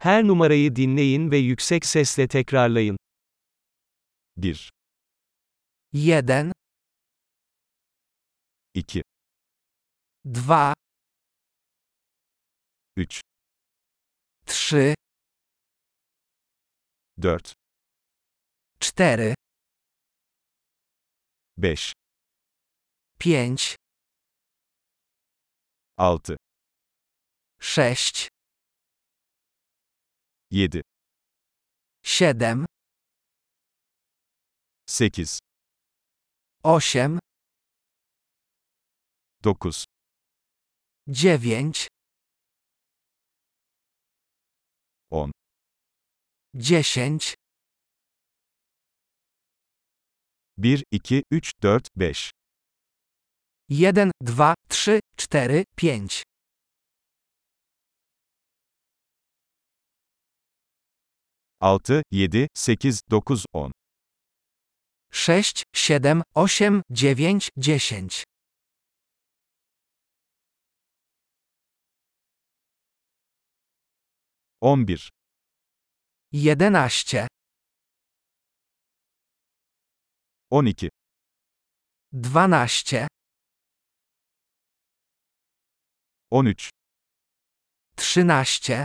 Her numarayı dinleyin ve yüksek sesle tekrarlayın. 1, Jeden, 2, dwa, 3, trzy, 4, cztery, 5, pięć, 6, sześć, 7, siedem, 8, osiem, 9, dziewięć, 10, dziesięć, 1, 2, 3, 4, 5, jeden, dwa, trzy, cztery, pięć, 6, 7, 8, 9, 10, sześć, siedem, osiem, dziewięć, dziesięć, 11, jedenaście, 12, dwanaście, 13, trzynaście,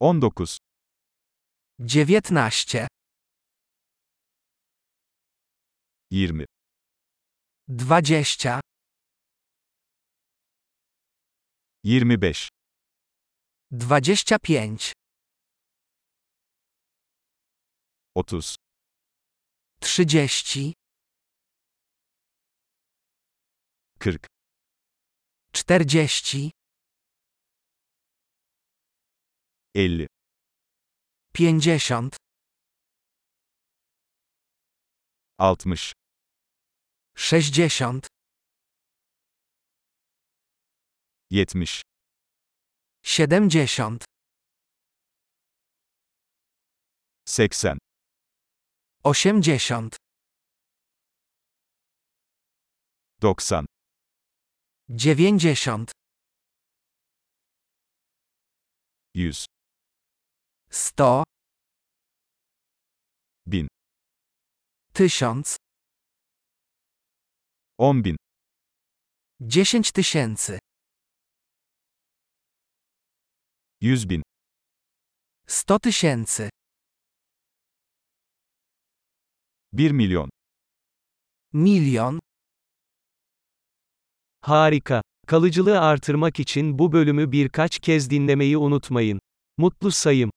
19, dziewiętnaście, 20, dwadzieścia, 25, dwadzieścia pięć, 30, trzydzieści, 40, czterdzieści, 50, pięćdziesiąt, 60, sześćdziesiąt, 70, siedemdziesiąt, 80, osiemdziesiąt, 90, dziewięćdziesiąt, 100, sto, 1000, tysiąc, 10 bin, dziesięć tysięcy, 100 bin, sto tysięcy, 1 milyon. milion. Harika. Kalıcılığı artırmak için bu bölümü birkaç kez dinlemeyi unutmayın. Mutlu sayım.